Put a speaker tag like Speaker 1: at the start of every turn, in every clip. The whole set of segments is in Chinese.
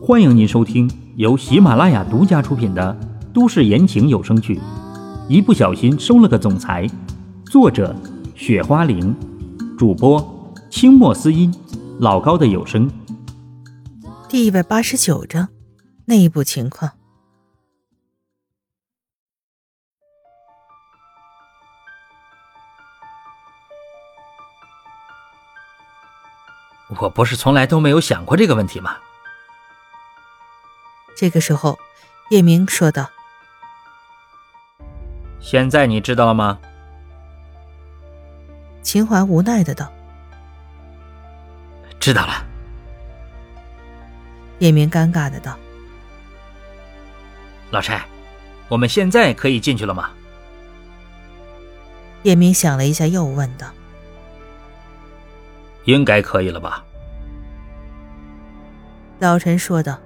Speaker 1: 欢迎您收听由喜马拉雅独家出品的都市言情有声剧《一不小心收了个总裁》，作者：雪花玲，主播：清墨思音，老高的有声。
Speaker 2: 第一百八十九章内部情况。
Speaker 3: 我不是从来都没有想过这个问题吗？
Speaker 2: 这个时候，叶明说道
Speaker 3: 现在你知道了吗？：“
Speaker 2: 秦淮无奈的道。
Speaker 3: 知道了。”
Speaker 2: 叶明尴尬的道
Speaker 3: 老柴，我们现在可以进去了吗？：“
Speaker 2: 叶明想了一下，又问道
Speaker 3: 应该可以了吧？：‘
Speaker 2: 老陈说道。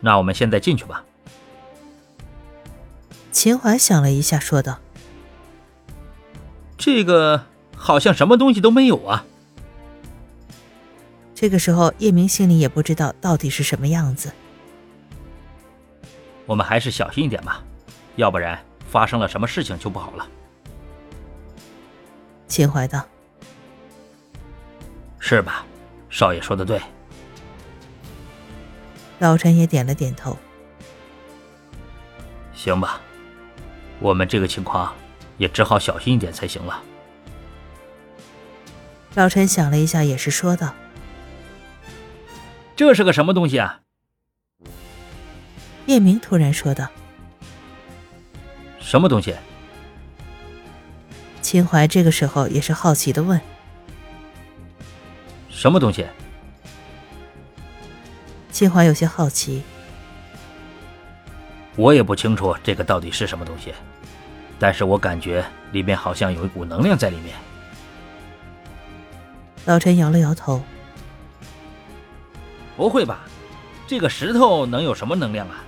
Speaker 3: 那我们现在进去吧。’
Speaker 2: 秦淮想了一下，说道
Speaker 3: 这个好像什么东西都没有啊。：‘
Speaker 2: 这个时候，叶明心里也不知道到底是什么样子。
Speaker 3: 我们还是小心一点吧，要不然发生了什么事情就不好了。’
Speaker 2: 秦淮道
Speaker 3: 是吧？少爷说的对。：‘
Speaker 2: 老陈也点了点头。
Speaker 3: 行吧，我们这个情况也只好小心一点才行了。’
Speaker 2: 老陈想了一下，也是说道
Speaker 3: 这是个什么东西啊？：‘
Speaker 2: 叶明突然说道。
Speaker 3: 什么东西？”
Speaker 2: 秦淮这个时候也是好奇的问。
Speaker 3: 什么东西？
Speaker 2: 秦淮有些好奇，
Speaker 3: 我也不清楚这个到底是什么东西，但是我感觉里面好像有一股能量在里面。
Speaker 2: 老陈摇了摇头。
Speaker 3: 不会吧？这个石头能有什么能量啊？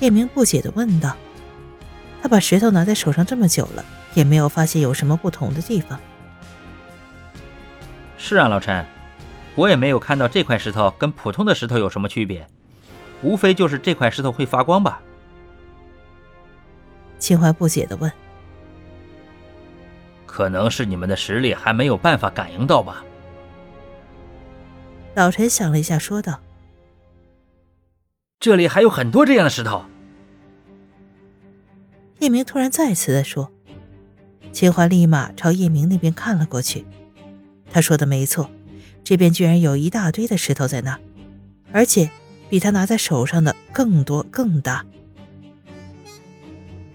Speaker 2: 叶明不解地问道：“他把石头拿在手上这么久了，也没有发现有什么不同的地方。
Speaker 3: 是啊，老陈，我也没有看到这块石头跟普通的石头有什么区别，无非就是这块石头会发光吧？”
Speaker 2: 秦淮不解地问
Speaker 3: 可能是你们的实力还没有办法感应到吧？：“
Speaker 2: 老陈想了一下，说道
Speaker 3: 这里还有很多这样的石头。：‘
Speaker 2: 叶明突然再次地说。’秦淮立马朝叶明那边看了过去。他说的没错，这边居然有一大堆的石头在那儿，而且比他拿在手上的更多更大。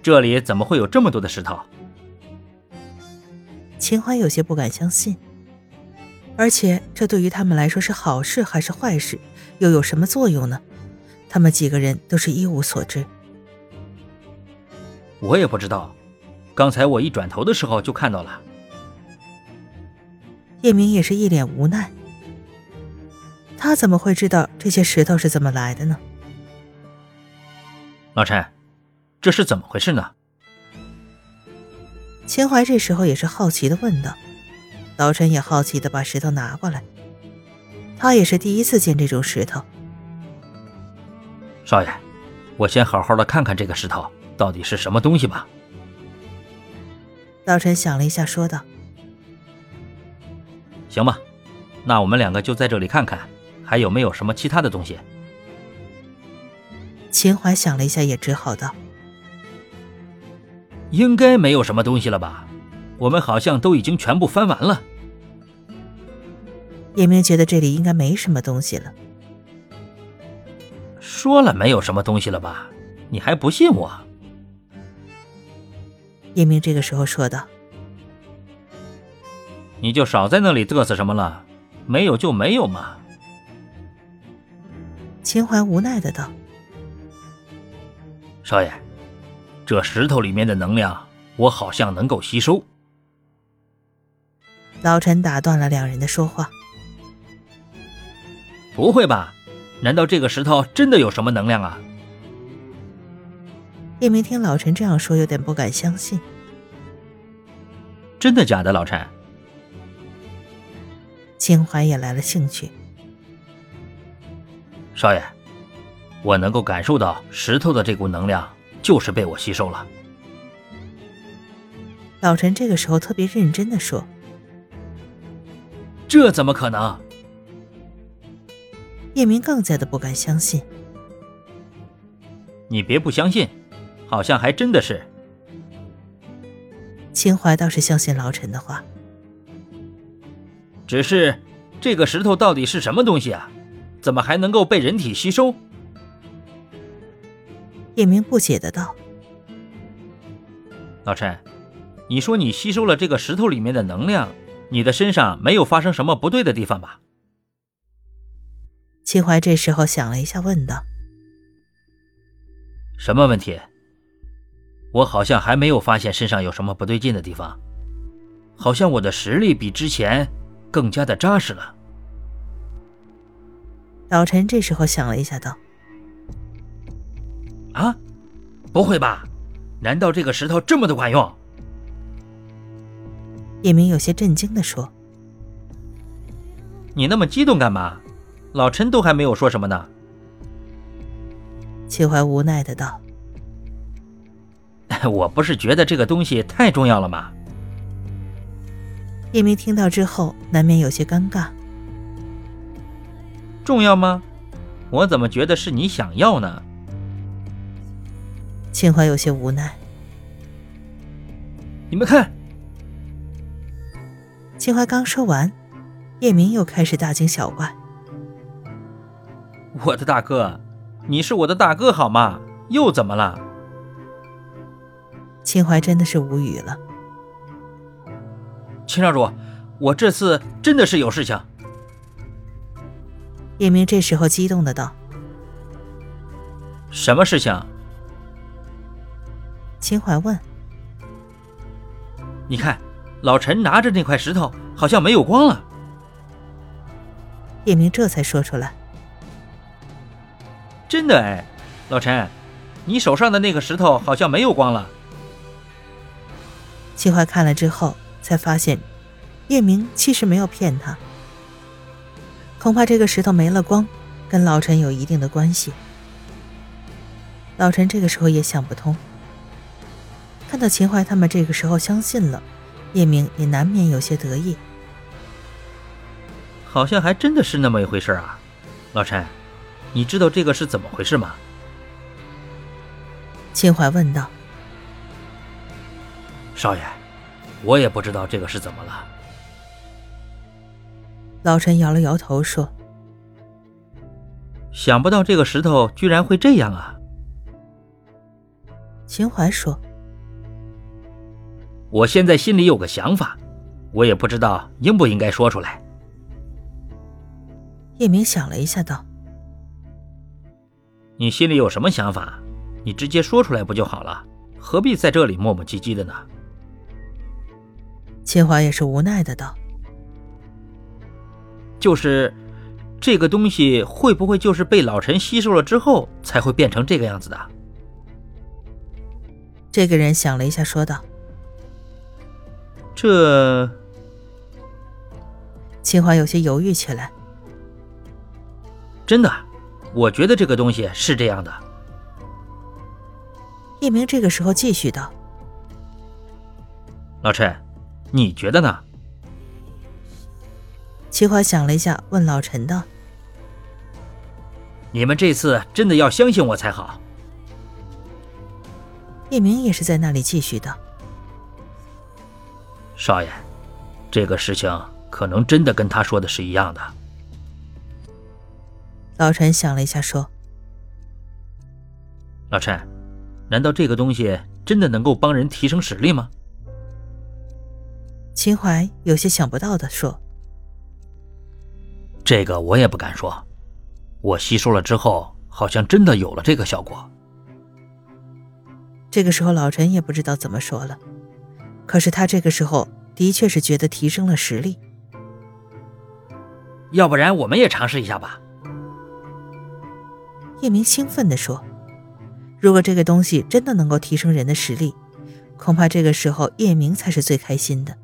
Speaker 3: 这里怎么会有这么多的石头？
Speaker 2: 秦淮有些不敢相信，而且这对于他们来说是好事还是坏事，又有什么作用呢？他们几个人都是一无所知。
Speaker 3: 我也不知道。刚才我一转头的时候就看到了。
Speaker 2: 叶明也是一脸无奈，他怎么会知道这些石头是怎么来的呢？
Speaker 3: 老陈，这是怎么回事呢？
Speaker 2: 秦淮这时候也是好奇的问道，老陈也好奇的把石头拿过来，他也是第一次见这种石头。
Speaker 3: 少爷，我先好好的看看这个石头到底是什么东西吧。
Speaker 2: 老陈想了一下，说道
Speaker 3: 行吧，那我们两个就在这里看看，还有没有什么其他的东西。：“
Speaker 2: 秦淮想了一下，也只好道。
Speaker 3: 应该没有什么东西了吧？我们好像都已经全部翻完了。
Speaker 2: 叶明觉得这里应该没什么东西了。”
Speaker 3: 说了没有什么东西了吧？你还不信我？
Speaker 2: 叶明这个时候说道
Speaker 3: 你就少在那里嘚瑟什么了？没有就没有嘛。：“
Speaker 2: 秦淮无奈的道。
Speaker 3: 少爷，这石头里面的能量，我好像能够吸收。”
Speaker 2: 老陈打断了两人的说话。
Speaker 3: 不会吧？难道这个石头真的有什么能量啊？
Speaker 2: 叶明听老陈这样说，有点不敢相信。
Speaker 3: 真的假的，老陈？
Speaker 2: 秦淮也来了兴趣，
Speaker 3: 少爷，我能够感受到石头的这股能量就是被我吸收了。
Speaker 2: 老陈这个时候特别认真的说
Speaker 3: 这怎么可能？：“
Speaker 2: 叶明更加的不敢相信。
Speaker 3: 你别不相信，好像还真的是。”
Speaker 2: 秦淮倒是相信老陈的话，
Speaker 3: 只是这个石头到底是什么东西啊？怎么还能够被人体吸收？
Speaker 2: 叶明不解的道
Speaker 3: 老陈，你说你吸收了这个石头里面的能量，你的身上没有发生什么不对的地方吧？：“
Speaker 2: 秦淮这时候想了一下，问道
Speaker 3: 什么问题？我好像还没有发现身上有什么不对劲的地方，好像我的实力比之前更加的扎实了。：‘
Speaker 2: 老陈这时候想了一下，道
Speaker 3: 啊，不会吧？难道这个石头这么的管用？：‘
Speaker 2: 叶明有些震惊的说。’
Speaker 3: 你那么激动干嘛？老陈都还没有说什么呢。
Speaker 2: 秦淮无奈的道
Speaker 3: 我不是觉得这个东西太重要了吗？：‘
Speaker 2: 叶明听到之后，难免有些尴尬。
Speaker 3: 重要吗？我怎么觉得是你想要呢？
Speaker 2: 秦淮有些无奈。
Speaker 3: 你们看，
Speaker 2: 秦淮刚说完，叶明又开始大惊小怪。
Speaker 3: 我的大哥，你是我的大哥好吗？又怎么了？
Speaker 2: 秦淮真的是无语了。
Speaker 3: 秦少主，我这次真的是有事情。
Speaker 2: 叶明这时候激动的道
Speaker 3: 什么事情？：“
Speaker 2: 秦淮问，
Speaker 3: 你看，老陈拿着那块石头好像没有光了。
Speaker 2: 叶明这才说出来。
Speaker 3: 真的哎，老陈，你手上的那个石头好像没有光了。
Speaker 2: 秦淮看了之后，才发现叶明其实没有骗他，恐怕这个石头没了光，跟老陈有一定的关系。老陈这个时候也想不通，看到秦淮他们这个时候相信了，叶明也难免有些得意。
Speaker 3: 好像还真的是那么一回事啊。老陈，你知道这个是怎么回事吗？
Speaker 2: 秦淮问道
Speaker 3: 少爷，我也不知道这个是怎么了。：“
Speaker 2: 老陈摇了摇头说，
Speaker 3: 想不到这个石头居然会这样啊！
Speaker 2: 秦淮说，
Speaker 3: 我现在心里有个想法，我也不知道应不应该说出来。
Speaker 2: 叶明想了一下道
Speaker 3: 你心里有什么想法，你直接说出来不就好了？何必在这里磨磨唧唧的呢？：‘
Speaker 2: 秦淮也是无奈的道。’
Speaker 3: 就是这个东西会不会就是被老陈吸收了之后才会变成这个样子的？
Speaker 2: 这个人想了一下说道。”
Speaker 3: 这
Speaker 2: 秦淮有些犹豫起来。
Speaker 3: 真的，我觉得这个东西是这样的。
Speaker 2: 叶明这个时候继续道
Speaker 3: 老陈，你觉得呢？：“
Speaker 2: 秦淮想了一下，问老陈道
Speaker 3: 你们这次真的要相信我才好。：‘
Speaker 2: 叶明也是在那里继续道。
Speaker 3: 少爷，这个事情可能真的跟他说的是一样的。’
Speaker 2: 老陈想了一下，说
Speaker 3: 老陈，难道这个东西真的能够帮人提升实力吗？：‘
Speaker 2: 秦淮有些想不到的说。
Speaker 3: 这个我也不敢说，我吸收了之后，好像真的有了这个效果。’
Speaker 2: 这个时候，老陈也不知道怎么说了。可是他这个时候的确是觉得提升了实力。
Speaker 3: 要不然我们也尝试一下吧。
Speaker 2: 叶明兴奋地说：‘如果这个东西真的能够提升人的实力，恐怕这个时候叶明才是最开心的。’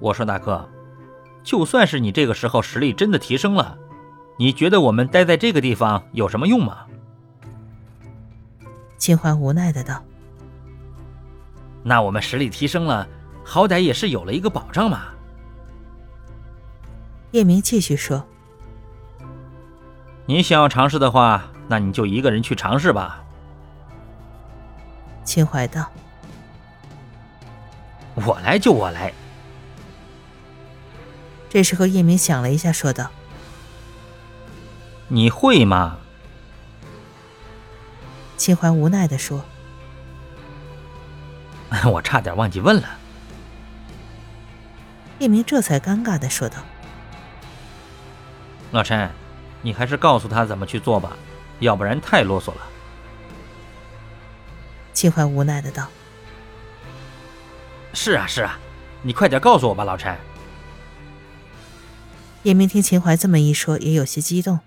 Speaker 3: 我说大哥，就算是你这个时候实力真的提升了，你觉得我们待在这个地方有什么用吗？
Speaker 2: 秦淮无奈的道
Speaker 3: 那我们实力提升了，好歹也是有了一个保障嘛。：“
Speaker 2: 叶明继续说，
Speaker 3: 你想要尝试的话，那你就一个人去尝试吧。
Speaker 2: 秦淮道。
Speaker 3: 我来就我来，
Speaker 2: 这时候，叶明想了一下，说道
Speaker 3: 你会吗？：‘
Speaker 2: 秦淮无奈的说，
Speaker 3: 我差点忘记问了。
Speaker 2: 叶明这才尴尬的说道
Speaker 3: 老陈，你还是告诉他怎么去做吧，要不然太啰嗦了。：‘
Speaker 2: 秦淮无奈的道。’
Speaker 3: 是啊，是啊，你快点告诉我吧，老陈。
Speaker 2: 叶明听秦淮这么一说，也有些激动。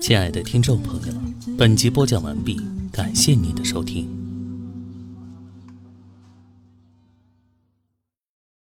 Speaker 4: 亲爱的听众朋友，本集播讲完毕，感谢您的收听。